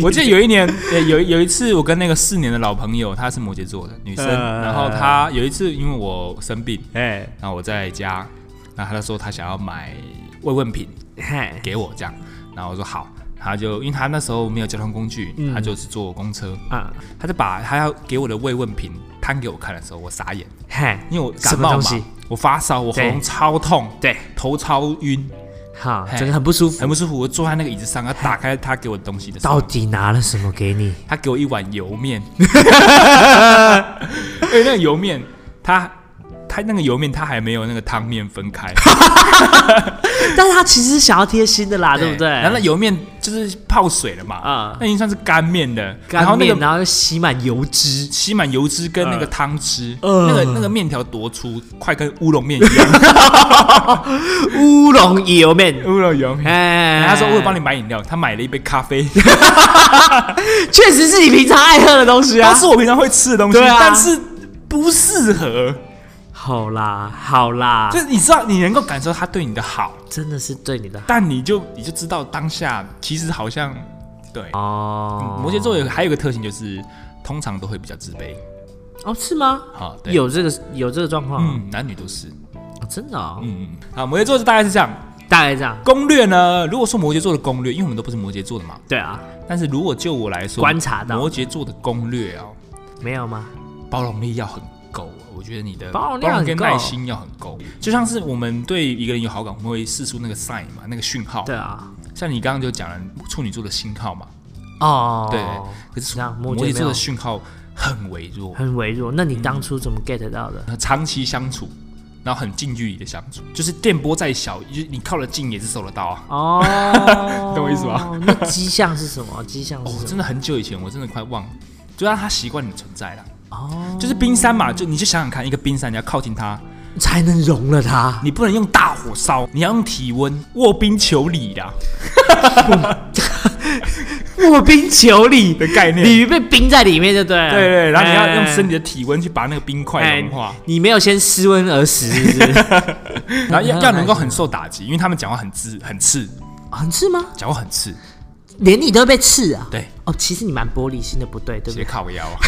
Speaker 1: 我记得有一年，呃有有一次，我跟那个四年的老朋友，她是摩羯座的女生，
Speaker 2: 呃
Speaker 1: 然后她有一次因为我生病，
Speaker 2: 哎、
Speaker 1: 然后我在家，然后她就说她想要买慰问品，
Speaker 2: 嘿，
Speaker 1: 给我这样，然后我说好，他就因为他那时候没有交通工具，他就是坐公车，
Speaker 2: 啊，
Speaker 1: 他就把他要给我的慰问品摊给我看的时候，我傻眼，
Speaker 2: 嘿，
Speaker 1: 因为我
Speaker 2: 什
Speaker 1: 感
Speaker 2: 么
Speaker 1: 冒
Speaker 2: 东
Speaker 1: 嘛
Speaker 2: 西？，
Speaker 1: 我发烧，我喉
Speaker 2: 对
Speaker 1: 咙超痛，
Speaker 2: 对，
Speaker 1: 头超晕，
Speaker 2: 好，
Speaker 1: 嘿
Speaker 2: 整个很不舒服。
Speaker 1: 很不舒服。我坐在那个椅子上，他打开他给我的东西的时
Speaker 2: 到
Speaker 1: 候，
Speaker 2: 底拿了什么给你？
Speaker 1: 他给我一碗油
Speaker 2: <laughs>
Speaker 1: 面，因为那个油面，他他那个油面他还没有那个汤面分开，
Speaker 2: <laughs> 但是他其实是想要贴心的啦， <laughs> 对不对？
Speaker 1: 然后那油面就是泡水了嘛，
Speaker 2: 啊
Speaker 1: 啊，那已经算是干面的，然后
Speaker 2: 干
Speaker 1: 那个
Speaker 2: 面，啊然后又吸满油
Speaker 1: <laughs>
Speaker 2: 脂，
Speaker 1: 吸满油脂跟那个汤汁，
Speaker 2: 呃
Speaker 1: 那个那个面条多粗，快跟乌龙面一样。
Speaker 2: <laughs> 乌龙油
Speaker 1: <laughs>
Speaker 2: 面。
Speaker 1: 乌龙油面。
Speaker 2: 哎，
Speaker 1: 他说我有帮
Speaker 2: 你，
Speaker 1: 你买饮料，他买了一杯咖
Speaker 2: <laughs>
Speaker 1: 啡，
Speaker 2: 确实是你平常爱喝的东西啊
Speaker 1: 它。是我平常会吃的东西，
Speaker 2: 对啊
Speaker 1: 但是不适合。
Speaker 2: 好啦，好啦
Speaker 1: 就，是你知道，你能够感受他对你的好，
Speaker 2: 真的是对你的好
Speaker 1: 但你就你就知道当下其实好像对。
Speaker 2: 哦。
Speaker 1: 摩羯座有还有一个特性就是，通常都会比较自卑。
Speaker 2: 哦，是吗？
Speaker 1: 好，对，
Speaker 2: 有这个有这个状况啊，
Speaker 1: 嗯，男女都是，
Speaker 2: 哦真的哦。
Speaker 1: 嗯嗯。好，摩羯座大概是这样。
Speaker 2: 大概这样，
Speaker 1: 攻略呢？如果说摩羯座的攻略，因为我们都不是摩羯座的嘛，
Speaker 2: 对啊，
Speaker 1: 但是如果就我来说，
Speaker 2: 观察到
Speaker 1: 摩羯座的攻略哦，
Speaker 2: 没有吗？
Speaker 1: 包容力要很够哦。我觉得你的
Speaker 2: 包容力要很
Speaker 1: 跟
Speaker 2: 够
Speaker 1: 耐心要很够，就像是我们对一个人有好感，我们会试出那个 sign 嘛，那个讯号。
Speaker 2: 对，啊，
Speaker 1: 像你刚刚就讲了处女座的信号嘛，
Speaker 2: 哦，
Speaker 1: 对。可是
Speaker 2: 这样摩
Speaker 1: 摩
Speaker 2: 羯没有
Speaker 1: 羯座的讯号很微弱，
Speaker 2: 很微弱。那
Speaker 1: 嗯
Speaker 2: 你当初怎么 get
Speaker 1: <laughs>
Speaker 2: 到的？
Speaker 1: 长期相处，然后很近距离的相处，就是电波再小，就是你靠得近也是收得到啊。，
Speaker 2: 哦
Speaker 1: 懂我意思吗？
Speaker 2: 那迹象是什么？迹象
Speaker 1: 哦
Speaker 2: 是，什么？
Speaker 1: 真的很久以前，我真的快忘了。就让他习惯你的存在啦。
Speaker 2: 哦，
Speaker 1: 就是冰山嘛，就你就想想看，一个冰山你要靠近它，
Speaker 2: 才能容了他。
Speaker 1: 你不能用大火烧，你要用体温，卧冰求鲤啦
Speaker 2: 卧冰求鲤
Speaker 1: 的概念。
Speaker 2: 鲤鱼被冰在里面就对了。
Speaker 1: 对对，然后你要用身体的
Speaker 2: 体
Speaker 1: 体温去把那个冰块融化，
Speaker 2: 哎你没有先失温而死，
Speaker 1: <laughs>
Speaker 2: 是不是？
Speaker 1: 然后要要能够很受打击，因为他们讲话很刺，很刺，
Speaker 2: 很刺哦吗？
Speaker 1: 讲话很刺，
Speaker 2: 连你都会被刺啊？
Speaker 1: 对，
Speaker 2: 哦，其实你蛮玻璃心的，不对，对不
Speaker 1: 斜
Speaker 2: 对？
Speaker 1: 靠腰。 <laughs>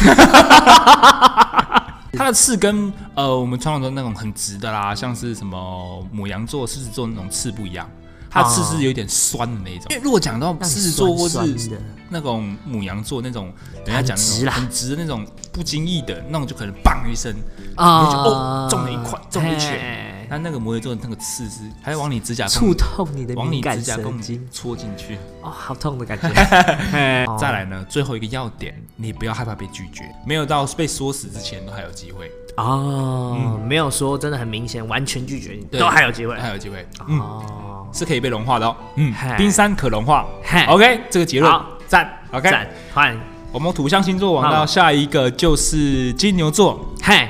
Speaker 1: 它的刺跟呃我们传统中那种很直的啦，像是什么母羊座、狮子座那种刺不一样，它的刺是有点酸的那一种。因为如果讲到狮子座或
Speaker 2: 让
Speaker 1: 是
Speaker 2: 你哦酸酸的
Speaker 1: 那种母羊座那种，人家讲那
Speaker 2: 很直
Speaker 1: 种
Speaker 2: 啦
Speaker 1: 很直的那种，不经意的那种就可能砰一声，
Speaker 2: 啊
Speaker 1: 你就哦中了一块，中了一拳
Speaker 2: 嘿。
Speaker 1: 那那个摩羯座的那个刺是还会往你指甲缝
Speaker 2: 哎触痛你的
Speaker 1: 往
Speaker 2: 敏
Speaker 1: 你
Speaker 2: 感
Speaker 1: 指甲
Speaker 2: 神
Speaker 1: 缝
Speaker 2: 经，
Speaker 1: 戳进去。
Speaker 2: 哦，好痛的感
Speaker 1: <laughs>
Speaker 2: 觉。哦
Speaker 1: 再来呢，最后一个要点，你不要害怕被拒绝，没有到被说死之前都还有机会，
Speaker 2: 哦，没有说真的很明显，完全拒绝你，
Speaker 1: 嗯对
Speaker 2: 都还有机会。
Speaker 1: 还有机会，嗯，
Speaker 2: 哦，
Speaker 1: 是可以被融化的哦，嗯
Speaker 2: 嗨，
Speaker 1: 冰山可融化
Speaker 2: 嗨
Speaker 1: ，OK，这个结论
Speaker 2: 好
Speaker 1: 赞，OK，
Speaker 2: 赞，换，
Speaker 1: 我们土象星座玩到
Speaker 2: 好
Speaker 1: 下一个就是金牛座，
Speaker 2: 嘿，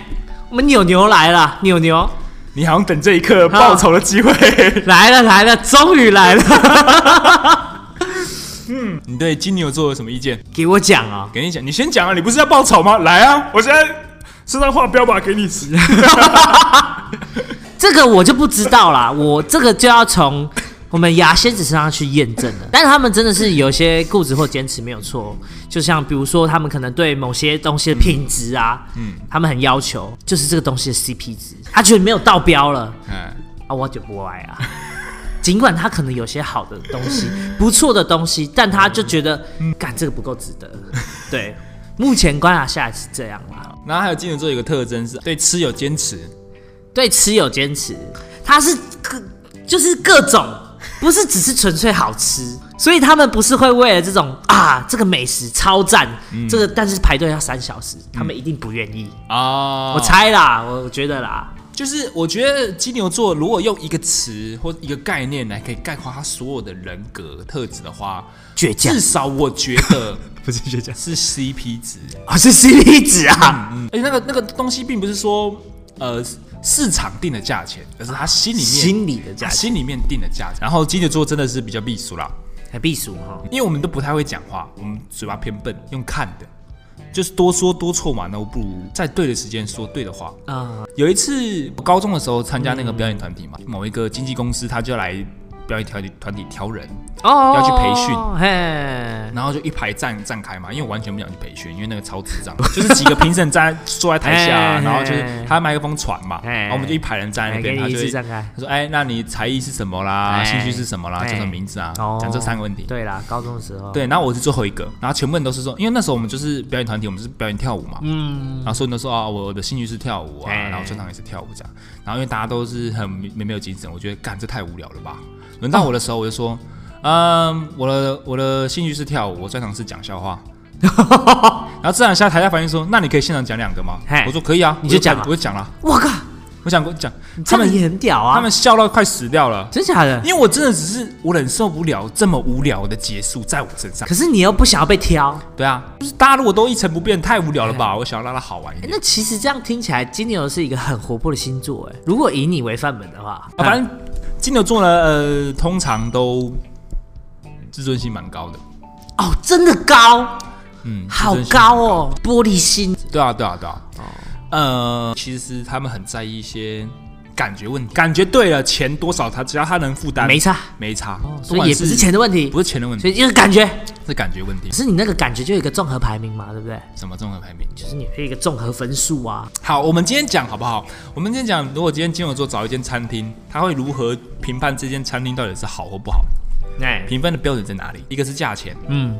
Speaker 2: 我们扭牛来了，扭牛
Speaker 1: 你好像等这一刻报仇的机会，
Speaker 2: <laughs> 来了来了，终于来了，
Speaker 1: <laughs> 你对金牛座有什么意见？
Speaker 2: 给我讲啊、
Speaker 1: 给你讲，你先讲啊，你不是要报仇吗？来啊，我现在身上画标靶给你
Speaker 2: <laughs>
Speaker 1: 吃，
Speaker 2: 这个我就不知道啦，我这个就要从我们牙仙子身上去验证了。但是他们真的是有些固执或坚持没有错，就像比如说他们可能对某些东西的品质啊，嗯，他们很要求，就是这个东西的 CP 值，他觉得没有到标了
Speaker 1: 嗯，
Speaker 2: 啊，我就不爱啊。尽管他可能有些好的东西、不错的东西，但他就觉得，干这个不够值得。对，目前观察下来是这样啦。
Speaker 1: 然后还有金牛座有个特征是对吃有坚持，
Speaker 2: 对吃有坚持，它是各就是各种，不是只是纯粹好吃，所以他们不是会为了这种啊这个美食超赞，
Speaker 1: 嗯
Speaker 2: 这个但是排队要三小时，他们一定不愿意。
Speaker 1: 啊，
Speaker 2: 我猜啦，我觉得啦，
Speaker 1: 就是我觉得金牛座如果用一个词或一个概念来可以概括他所有的人格特质的话，
Speaker 2: 倔强
Speaker 1: 至少我觉得
Speaker 2: <laughs> 不是倔强，
Speaker 1: 是 CP 值。
Speaker 2: 而、哦是 CP 值啊。
Speaker 1: 嗯，而且那个那个东西并不是说呃市场定的价钱，而是他心里面
Speaker 2: 心里的价
Speaker 1: 他
Speaker 2: 值
Speaker 1: 心里面定的价钱。然后金牛座真的是比较避俗啦，
Speaker 2: 还避暑哦哈，
Speaker 1: 因为我们都不太会讲话，我们嘴巴偏笨，用看的。就是多说多错嘛，那我不如在对的时间说对的话。
Speaker 2: 啊、
Speaker 1: 有一次，我高中的时候参加那个表演团体嘛，某一个经纪公司他就来表演团体团体挑人，
Speaker 2: 哦
Speaker 1: 要去培训
Speaker 2: 嘿，
Speaker 1: 然后就一排站站开嘛，因为我完全不想去培训，因为那个超智障， <laughs> 就是几个评审站在坐在台下
Speaker 2: <laughs>
Speaker 1: 啊，
Speaker 2: 哎
Speaker 1: 然后就是他麦克风传嘛，
Speaker 2: 哎
Speaker 1: 然后我们就一排人站在那边，
Speaker 2: 哎给
Speaker 1: 他
Speaker 2: 你
Speaker 1: 就
Speaker 2: 一次
Speaker 1: 会
Speaker 2: 站开
Speaker 1: 他说：“哎，那你才艺是什么啦？
Speaker 2: 哎
Speaker 1: 兴趣是什么啦？
Speaker 2: 哎
Speaker 1: 叫什么名字啊？”
Speaker 2: 哦
Speaker 1: 讲这三个问题。
Speaker 2: 对啦，高中的时候，，
Speaker 1: 对，然后我是最后一个，然后全部人都是说，因为那时候我们就是表演团体，我们是表演跳舞嘛，嗯，然后所有人都说啊，我的兴趣是跳舞啊，
Speaker 2: 哎
Speaker 1: 然后专场也是跳舞这样，然后因为大家都是很没没有精神，我觉得干这太无聊了吧。轮
Speaker 2: 哦
Speaker 1: 到我的时候，我就说，嗯，我的我的兴趣是跳舞，我专场是讲笑
Speaker 2: <laughs>
Speaker 1: 话。然后自然下台下反应说，那你可以现场讲两个吗
Speaker 2: 嘿？
Speaker 1: 我说可以啊，
Speaker 2: 你
Speaker 1: 我
Speaker 2: 就讲啊
Speaker 1: 我就讲了，
Speaker 2: 我靠，
Speaker 1: 我讲我讲，
Speaker 2: 他
Speaker 1: 他
Speaker 2: 们
Speaker 1: 们
Speaker 2: 也很屌啊，
Speaker 1: 他们笑到快死掉
Speaker 2: <laughs>
Speaker 1: 了。
Speaker 2: 真假
Speaker 1: <laughs>
Speaker 2: 的？
Speaker 1: 因为我真的只是我忍受不了这么无聊的结束在我身上
Speaker 2: 可，是你又不想要被挑，
Speaker 1: 对啊，就是大家如果都一成不变，太无聊了吧？我想要让它好玩一
Speaker 2: 欸
Speaker 1: 点。
Speaker 2: 那其实这样听起来，金牛是一个很活泼的星座哎。如果以你为范本的话，嗯
Speaker 1: 啊、反正金牛座呢，呃，通常都自尊心蛮高的，
Speaker 2: 哦，真的高，
Speaker 1: 嗯，
Speaker 2: 好
Speaker 1: 自尊心
Speaker 2: 高哦，玻璃心
Speaker 1: 对啊，对啊，对啊。呃，其实他们很在意一些感觉问题，感觉对了，钱多少他只要他能负担，
Speaker 2: 没差，
Speaker 1: 没差，
Speaker 2: 所以也不是钱的问题，
Speaker 1: 哦不是钱的问
Speaker 2: 所
Speaker 1: 题，
Speaker 2: 以就是感觉，
Speaker 1: 是感觉问题
Speaker 2: 可。是你那个感觉就有一个综合排名嘛，对不对？
Speaker 1: 什么综合排名？
Speaker 2: 就是你有一个综合分数啊，
Speaker 1: 好，我们今天讲好不好？我们今天讲，如果今天金牛座找一间餐厅，他会如何评判这间餐厅到底是好或不好？
Speaker 2: 哎，
Speaker 1: 评分的标准在哪里？一个是价钱，
Speaker 2: 嗯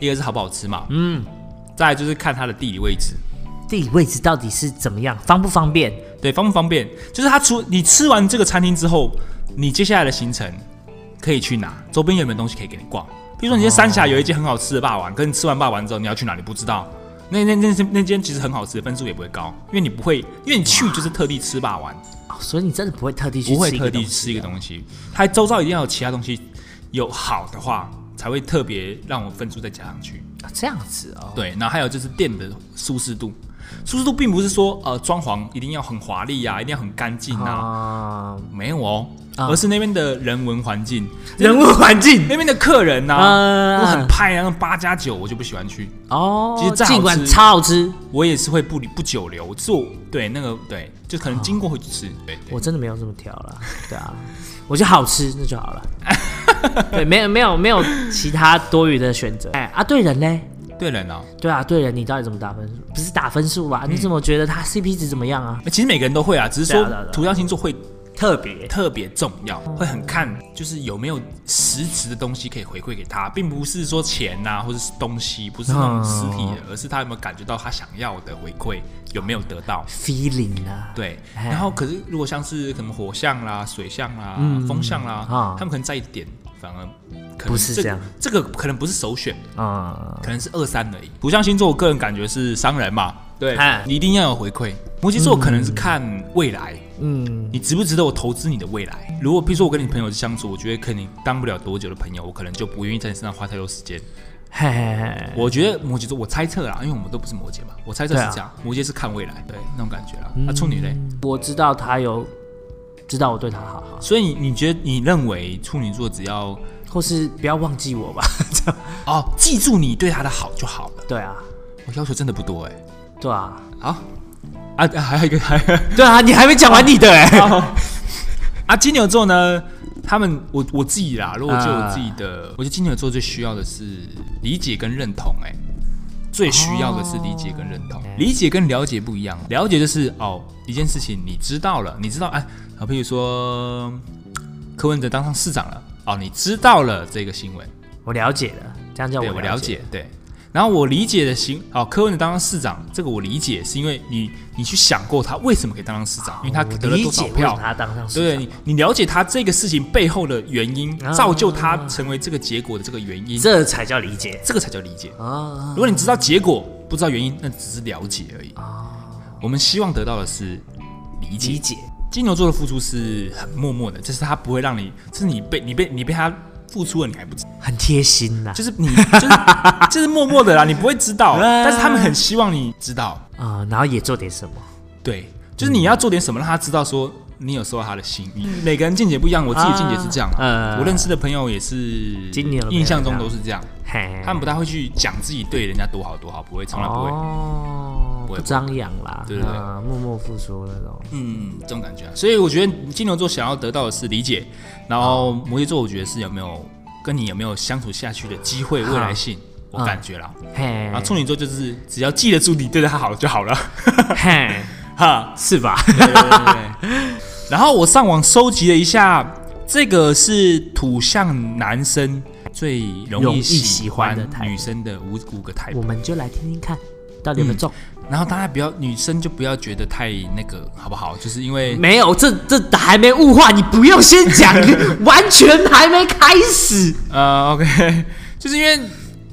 Speaker 1: 一个是好不好吃嘛，
Speaker 2: 嗯，
Speaker 1: 再来就是看它的地理位置，
Speaker 2: 地理位置到底是怎么样，方不方便？
Speaker 1: 对，方不方便？就是它除你吃完这个餐厅之后，你接下来的行程可以去哪？周边有没有东西可以给你逛？比如说你在三峡有一间很好吃的霸王，跟你吃完霸王之后你要去哪里不知道。那那那那间其实很好吃，分数也不会高，因为你不会，因为你去就是特地吃霸王，
Speaker 2: 哦，所以你真的不会特地去
Speaker 1: 不会
Speaker 2: 吃一
Speaker 1: 特
Speaker 2: 个
Speaker 1: 地
Speaker 2: 东西啊
Speaker 1: 吃一个东西。啊它周遭一定要有其他东西有好的话，才会特别让我分数再加上去。
Speaker 2: 啊这样子哦，
Speaker 1: 对，然后还有就是店的舒适度，舒适度并不是说呃装潢一定要很华丽啊，一定要很干净啊，
Speaker 2: 啊，
Speaker 1: 没有哦，
Speaker 2: 啊
Speaker 1: 而是那边的人文环境，
Speaker 2: 人物环境
Speaker 1: 那边的客人呐、
Speaker 2: 啊
Speaker 1: 都很派啊，那种八加九我就不喜欢去，
Speaker 2: 哦
Speaker 1: 其实再好吃
Speaker 2: 尽管超好吃，
Speaker 1: 我也是会不不久留，是我对那个对，就可能经过会去吃，对对
Speaker 2: 啊我真的没有这么挑了，对啊，我就好吃那就好了，对，没有没有没有其他多余的选择，哎啊，对人呢？
Speaker 1: 对人啊，
Speaker 2: 对啊，对人你到底怎么打分数？不是打分数吧？你怎么觉得他 CP 值怎么样啊？
Speaker 1: 其实每个人都会啊，只是
Speaker 2: 对
Speaker 1: 说
Speaker 2: 啊对啊对啊
Speaker 1: 土象星座会
Speaker 2: 特别
Speaker 1: 特别重要，会很看就是有没有实质的东西可以回馈给他，并不是说钱呐、或者是东西，不是那种实体的，而是他有没有感觉到他想要的回馈，有没有得到。
Speaker 2: feeling 啊，
Speaker 1: 对，
Speaker 2: 哎
Speaker 1: 然后可是如果像是可能火象啦、水象啦、风象啦，
Speaker 2: 啊
Speaker 1: 他们可能在意的点反而可能
Speaker 2: 不是
Speaker 1: 这
Speaker 2: 这样，
Speaker 1: 这个可能不是首选，
Speaker 2: 啊、
Speaker 1: 可能是二三而已。土象星座，我个人感觉是商人嘛，对
Speaker 2: 哎，
Speaker 1: 你一定要有回馈。摩羯座可能是看未来，
Speaker 2: 嗯，
Speaker 1: 你值不值得我投资你的未来？如果比如说我跟你朋友相处，我觉得可能当不了多久的朋友，我可能就不愿意在你身上花太多时间。
Speaker 2: 嘿嘿嘿，
Speaker 1: 我觉得摩羯座，我猜测啦，因为我们都不是摩羯嘛，我猜测是
Speaker 2: 哎对啊嗯
Speaker 1: 这样，摩羯是看未来，对那种感觉啦。那、处女嘞，
Speaker 2: 我知道他有知道我对他好好，
Speaker 1: 所以你你觉得你认为处女座只要
Speaker 2: 或是不要忘记我吧， <laughs> 这样
Speaker 1: 哦记住你对他的好就好了，
Speaker 2: 对啊，
Speaker 1: 我要求真的不多哎、
Speaker 2: 对啊，
Speaker 1: 好啊啊，还有一个还有一个
Speaker 2: 对啊，你还没讲完你的哎、
Speaker 1: 哦啊，金牛座呢，他们我我自己啦，如果就我自己的，
Speaker 2: 啊
Speaker 1: 我觉得金牛座最需要的是理解跟认同、哎，最需要的是理解跟认同，
Speaker 2: 哦
Speaker 1: 理解跟了解不一样，了解就是哦，一件事情你知道了，你知道哎，啊，譬如说柯文哲当上市长了，哦，你知道了这个新闻，
Speaker 2: <laughs> 我了解了，这样叫
Speaker 1: 对
Speaker 2: 我
Speaker 1: 我了
Speaker 2: 解
Speaker 1: 解，对。然后我理解的行，哦，柯文哲当上市长，这个我理解，是因为你你去想过他为什么可以当上市长，因为他
Speaker 2: 哦我
Speaker 1: 得了
Speaker 2: 理
Speaker 1: 多
Speaker 2: 解
Speaker 1: 少
Speaker 2: 为什
Speaker 1: 票
Speaker 2: 么，他当上市
Speaker 1: 对
Speaker 2: 长
Speaker 1: 你，你了解他这个事情背后的原因，
Speaker 2: 啊
Speaker 1: 造就他成为这个结果的这个原因，
Speaker 2: 这才叫理解
Speaker 1: 这个才叫理解。
Speaker 2: 啊
Speaker 1: 如果你知道结果，不知道原因，那只是了解而已。我们希望得到的是理
Speaker 2: 啊理
Speaker 1: 解。
Speaker 2: 解
Speaker 1: 金牛座的付出是很默默的，就是他不会让你，就是你被你被你被他付出了，你还不知道，
Speaker 2: 很贴心呐、
Speaker 1: 就是你就是 <laughs> 就是默默的啦，你不会知
Speaker 2: <laughs>
Speaker 1: 道，但是他们很希望你知道，
Speaker 2: 啊、然后也做点什么。
Speaker 1: 对，就是你要做点什么，让他知道说你有收到他的心意。每个人见解不一样，我自己的见解是这样、啊。
Speaker 2: 啊呃
Speaker 1: 我认识的朋友也是，
Speaker 2: 今年的朋友
Speaker 1: 印象中都是这样，
Speaker 2: 嘿，
Speaker 1: 他们不太会去讲自己对人家多好多好，不会，从来不会。
Speaker 2: 哦，
Speaker 1: 不会
Speaker 2: 不张扬啦，
Speaker 1: 对对对
Speaker 2: 啊默默付出那种。
Speaker 1: 嗯，这种感觉、啊。所以我觉得金牛座想要得到的是理解，然后摩羯座我觉得是有没有跟你有没有相处下去的机会、未来性，我感觉啦。
Speaker 2: 嘿
Speaker 1: 然后处女座就是只要记得住你对他好就好了，
Speaker 2: 嘿，
Speaker 1: 哈。
Speaker 2: 是吧？
Speaker 1: 对对对对。 <laughs> 然后我上网收集了一下，这个是土象男生最容
Speaker 2: 容
Speaker 1: 易
Speaker 2: 易
Speaker 1: 喜
Speaker 2: 喜
Speaker 1: 欢
Speaker 2: 欢的 type
Speaker 1: 女生的五五个 type
Speaker 2: 我。们就来听听看，到底有没有中？
Speaker 1: 然后大家不要女生就不要觉得太那个好不好？就是因为
Speaker 2: 没有，这这还没物化，你不用先
Speaker 1: <laughs>
Speaker 2: 讲，完全还没开始。
Speaker 1: 呃，OK，就是 <laughs> 因为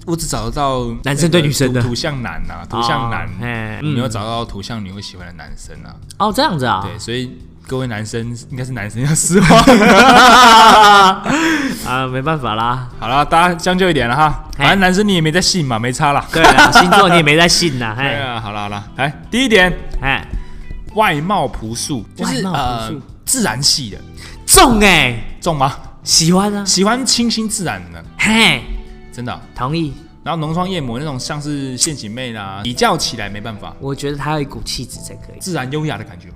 Speaker 1: 我只找得到
Speaker 2: 男生对女生的
Speaker 1: 那个土土象男啊，土象男
Speaker 2: 哦，嘿
Speaker 1: 我没有找到土象女会喜欢的男生啊。
Speaker 2: 哦，这样子啊。
Speaker 1: 对，所以各位男生应该是男生要失望。
Speaker 2: <laughs> 啊，没办法啦。
Speaker 1: 好了，大家将就一点了哈，
Speaker 2: 嘿
Speaker 1: 反正男生你也没在信嘛，没差啦。
Speaker 2: 哎
Speaker 1: <laughs>
Speaker 2: 对啦，星座你也没在信呐，
Speaker 1: 哎
Speaker 2: 嘿，
Speaker 1: 呀，好了好了，来第一点，
Speaker 2: 哎，
Speaker 1: 外貌朴素，就是
Speaker 2: 外貌朴
Speaker 1: 呃
Speaker 2: 素
Speaker 1: 自然系的，
Speaker 2: 中哎，
Speaker 1: 中吗？
Speaker 2: 喜欢啊，
Speaker 1: 喜欢清新自然的，
Speaker 2: 嘿，
Speaker 1: 真的啊、
Speaker 2: 同意。
Speaker 1: 然后浓妆艳抹那种，像是陷阱妹啦，比较起来没办法，
Speaker 2: 我觉得他有一股气质才可以。
Speaker 1: 自然优雅的感觉吗？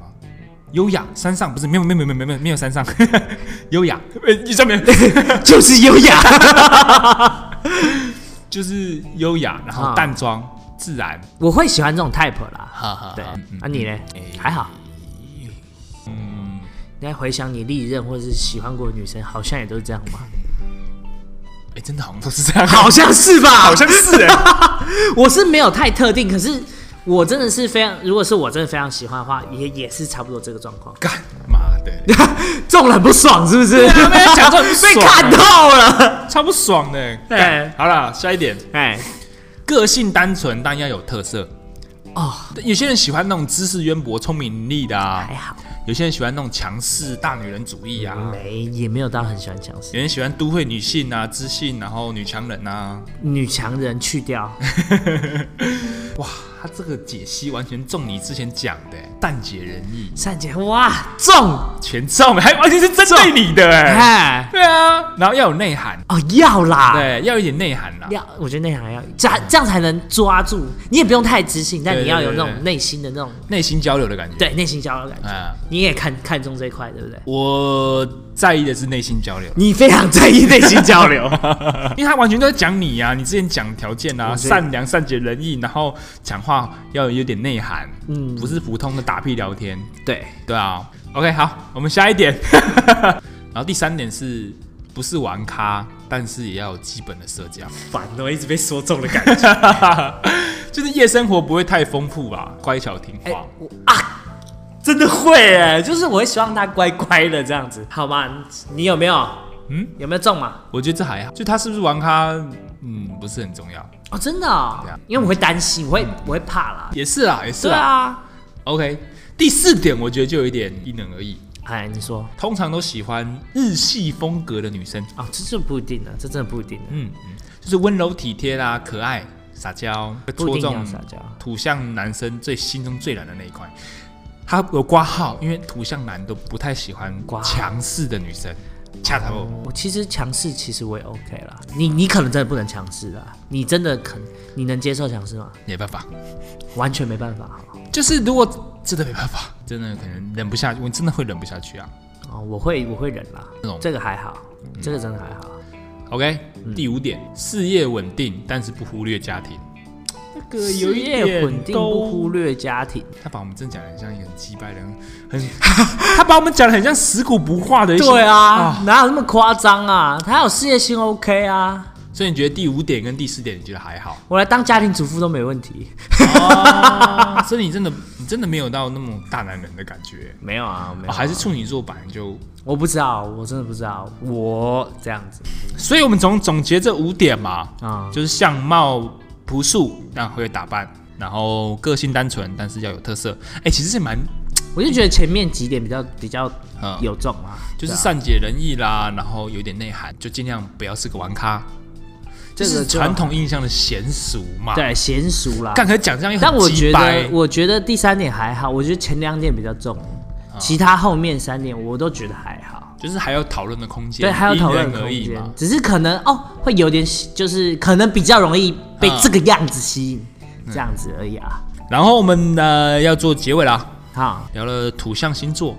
Speaker 1: 优雅，山上不是没有没有没有没有没有没有山上， <laughs> 优雅，呃，你上面
Speaker 2: <laughs>
Speaker 1: <laughs>
Speaker 2: 就是优雅。
Speaker 1: 就是优雅，然后
Speaker 2: 啊
Speaker 1: 淡妆、自然，
Speaker 2: <laughs> 我会喜欢这种 type 啦。
Speaker 1: 哈哈
Speaker 2: 对，
Speaker 1: 嗯
Speaker 2: 啊你呢？还好。嗯你在回想你历任或者是喜欢过的女生，好像也都是这样吧？
Speaker 1: 哎，真的好像都是这样，<laughs>
Speaker 2: <laughs> 好像是吧？
Speaker 1: 好像是哎，
Speaker 2: <laughs> 我是没有太特定，可是我真的是非常，如果是我真的非常喜欢的话，也也是差不多这个状况。
Speaker 1: 干妈的，
Speaker 2: 中了不爽是不是？
Speaker 1: 啊被他讲中很爽
Speaker 2: <laughs> 被看透了。
Speaker 1: 超不爽的。
Speaker 2: 对
Speaker 1: 干好了，下一点，
Speaker 2: 哎，
Speaker 1: 个性单纯但要有特色。
Speaker 2: 哦，哎
Speaker 1: 有些人喜欢那种知识渊博、聪明伶俐的啊
Speaker 2: 还，好，
Speaker 1: 有些人喜欢那种强势大女人主义啊，
Speaker 2: 没也没有到很喜欢强势
Speaker 1: 有人喜欢都会女性啊、知性，然后女强人啊。
Speaker 2: 女强人去掉，
Speaker 1: 哇，他这个解析完全中你之前讲的欸，淡解人意，
Speaker 2: 善解哇中
Speaker 1: 全中，还而且是针对你的哎。
Speaker 2: 哎
Speaker 1: 对啊，然后要有内涵，
Speaker 2: 哦要啦，
Speaker 1: 对，要有一点内涵啦。
Speaker 2: 要我觉得内涵要这样这样才能抓住，你也不用太自信，但
Speaker 1: 对
Speaker 2: 你要有
Speaker 1: 对
Speaker 2: 那
Speaker 1: 对
Speaker 2: 种内心的那种
Speaker 1: 内心交流的感觉。，
Speaker 2: 对内心交流的感觉，
Speaker 1: 啊，
Speaker 2: 你也看看重这一块，对不对？
Speaker 1: 我在意的是内心交流，
Speaker 2: 你非常在意内心交 <laughs> 流，
Speaker 1: 因为他完全都在讲你啊，你之前讲条件啊，
Speaker 2: 我觉得
Speaker 1: 善良、善解人意，然后讲话要有点内涵，
Speaker 2: 嗯
Speaker 1: 不是普通的打屁聊天。
Speaker 2: 对，
Speaker 1: 对啊，OK，好，我们下一点。 <laughs> 然后第三点是不是玩咖，但是也要有基本的社交， <laughs>
Speaker 2: 烦哦，一直被说中的感觉。
Speaker 1: 就是夜生活不会太丰富吧，乖巧听话。
Speaker 2: 我啊，真的会哎，就是我会希望他乖乖的这样子，好吗？你有没有？
Speaker 1: 嗯，
Speaker 2: 有没有中嘛？
Speaker 1: 我觉得这还好，就他是不是玩咖，嗯，不是很重要。
Speaker 2: 哦，真的、哦
Speaker 1: 对啊，
Speaker 2: 因为我会担心，我会我会怕啦。
Speaker 1: 也是啦，也是
Speaker 2: 对
Speaker 1: 啦。
Speaker 2: 啊，
Speaker 1: OK，第四点我觉得就有一点因人而异，
Speaker 2: 哎，你说
Speaker 1: 通常都喜欢日系风格的女生，
Speaker 2: 啊、哦，这就不一定了，这真的不一定了，啊
Speaker 1: 嗯，嗯就是温柔体贴啦、可爱、撒娇，会
Speaker 2: 不
Speaker 1: 戳
Speaker 2: 一定要
Speaker 1: 中
Speaker 2: 撒娇。
Speaker 1: 土象男生最心中最软的那一块。他有挂号，因为土象男都不太喜欢
Speaker 2: 挂号
Speaker 1: 强势的女生，恰恰不。
Speaker 2: 我其实强势，其实我也 OK 啦。你你可能真的不能强势啦，你真的肯，你能接受强势吗？
Speaker 1: 没办法，
Speaker 2: 完全没办法好吗
Speaker 1: 就是如果真的没办法，真的可能忍不下去，我真的会忍不下去啊。
Speaker 2: 哦，我会我会忍啦
Speaker 1: 那种，
Speaker 2: 这嗯个还好，这个真的还好。
Speaker 1: OK，、第
Speaker 2: 嗯
Speaker 1: 五点，事业稳定，但是不忽略家庭。这个有
Speaker 2: 事
Speaker 1: 一
Speaker 2: 业
Speaker 1: 点
Speaker 2: 稳定
Speaker 1: 都
Speaker 2: 不忽略家庭，
Speaker 1: 他把我们真的讲的很像一个很鸡掰的人，很 <laughs> 他把我们讲的很像死骨不化的一些。
Speaker 2: 对啊，哪有那么夸张啊？他有事业心 OK 啊，
Speaker 1: 所以你觉得第五点跟第四点你觉得还好？
Speaker 2: 我来当家庭主妇都没问题。
Speaker 1: 哦， <laughs> 所以你真的你真的没有到那种大男人的感觉，
Speaker 2: 没有啊，我没
Speaker 1: 哦、
Speaker 2: 有
Speaker 1: 还是处女座版就。
Speaker 2: 我不知道，我真的不知道，我这样子
Speaker 1: 所以我们总总结这五点嘛，
Speaker 2: 啊、
Speaker 1: 就是相貌朴素，但会打扮，然后个性单纯，但是要有特色。哎、其实是蛮
Speaker 2: 我就觉得前面几点比较比较
Speaker 1: 嗯
Speaker 2: 有重啊，
Speaker 1: 就是
Speaker 2: 对啊
Speaker 1: 善解人意啦，然后有点内涵，就尽量不要是个玩咖，
Speaker 2: 这
Speaker 1: 是
Speaker 2: 个就
Speaker 1: 传统印象的娴熟嘛。，
Speaker 2: 对娴熟啦。
Speaker 1: 干可是讲这样又
Speaker 2: 但我
Speaker 1: 很鸡
Speaker 2: 觉得
Speaker 1: 掰，。
Speaker 2: 我觉得第三点还好，我觉得前两点比较重，
Speaker 1: 啊
Speaker 2: 其他后面三点我都觉得还好。
Speaker 1: 就是还有讨论的空间，
Speaker 2: 对，还有讨论
Speaker 1: 因人
Speaker 2: 的
Speaker 1: 而
Speaker 2: 空
Speaker 1: 异
Speaker 2: 间
Speaker 1: 嘛，。
Speaker 2: 只是可能哦，会有点喜，就是可能比较容易被
Speaker 1: 嗯
Speaker 2: 这个样子吸引，这样子而已啊。
Speaker 1: 然后我们呃要做结尾啦，
Speaker 2: 好，
Speaker 1: 聊了土象星座，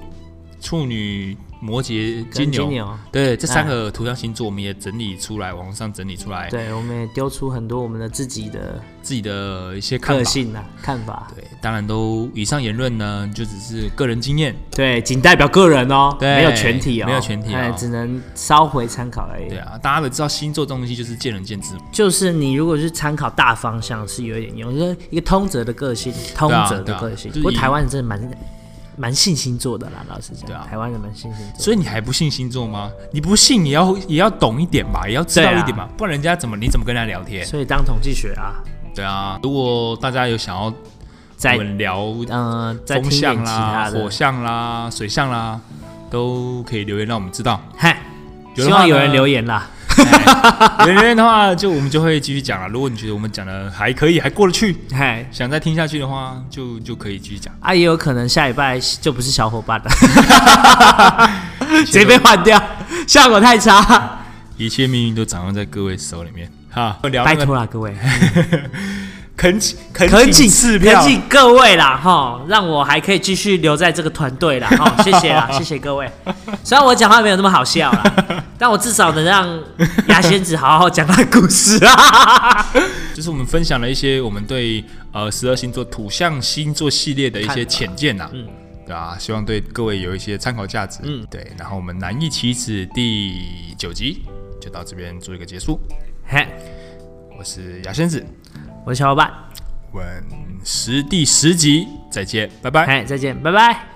Speaker 1: 处女、摩羯、金牛，
Speaker 2: 金牛
Speaker 1: 对这三个土象星座，我们也整理出来，网上整理出来
Speaker 2: 对，我们也丢出很多我们的自己的
Speaker 1: 自己的一些看
Speaker 2: 个
Speaker 1: 法。
Speaker 2: 性啊、看法，
Speaker 1: 对，当然都以上言论呢，就只是个人经验，
Speaker 2: 对，仅代表个人哦，
Speaker 1: 对
Speaker 2: 没有全体哦，
Speaker 1: 没有全体哦
Speaker 2: 哎只能稍回参考而已
Speaker 1: 对。啊，大家都知道星座这种东西就是见仁见智嘛
Speaker 2: 就是你如果是参考大方向是有一点用，就是一个通则的个性，通则
Speaker 1: 对
Speaker 2: 的
Speaker 1: 啊
Speaker 2: 个性。
Speaker 1: 就是
Speaker 2: 不过
Speaker 1: 以
Speaker 2: 台湾人真的蛮蛮信星座的啦，老实讲，
Speaker 1: 对啊
Speaker 2: 台湾人蛮信星座。
Speaker 1: 所以你还不信星座吗？你不信也要也要懂一点吧，也要知道
Speaker 2: 对啊
Speaker 1: 一点吧，不然人家怎么你怎么跟人家聊天？
Speaker 2: 所以当统计学啊，
Speaker 1: 对啊，如果大家有想要
Speaker 2: 在
Speaker 1: 我们聊
Speaker 2: 嗯，再
Speaker 1: 风
Speaker 2: 听点
Speaker 1: 象
Speaker 2: 其他
Speaker 1: 啦、火
Speaker 2: 的。
Speaker 1: 象啦、水象啦，都可以留言让我们知道。 <laughs>
Speaker 2: 嗨，
Speaker 1: 有
Speaker 2: 希
Speaker 1: 的话呢
Speaker 2: 望有人留言啦。
Speaker 1: 有留言的话，就我们就会继续讲了。如果你觉得我们讲的还可以，还过得去，
Speaker 2: 嗨，
Speaker 1: 想再听下去的话，就就可以继续讲。
Speaker 2: 啊，也有可能下礼拜就不是小伙
Speaker 1: <laughs>
Speaker 2: 伴了， <laughs> 直接被换掉，效果太差。
Speaker 1: 一切命运都掌握在各位手里面。哈，聊那
Speaker 2: 拜
Speaker 1: 个
Speaker 2: 托啦，各位，
Speaker 1: 恳请恳
Speaker 2: 恳
Speaker 1: 请
Speaker 2: 请
Speaker 1: 赐
Speaker 2: 恳
Speaker 1: 票，
Speaker 2: 请各位啦，哈，让我还可以继续留在这个团队啦，哈，
Speaker 1: <laughs>
Speaker 2: 谢谢啦，谢谢各位。虽然我讲话没有那么好笑啦，但我至少
Speaker 1: <laughs>
Speaker 2: 能让牙仙子好好讲他的故事啊。
Speaker 1: 就是我们分享了一些我们对呃十二星座土象星座系列的一些浅见呐、嗯，对啊，希望对各位有一些参考价值。嗯，对，然后我们难易启齿第九集就到这边做一个结束。
Speaker 2: 嘿，
Speaker 1: 我是牙仙子，
Speaker 2: 我是小伙伴，
Speaker 1: 我们十第十集再见，拜拜。
Speaker 2: 嘿，再见，拜拜。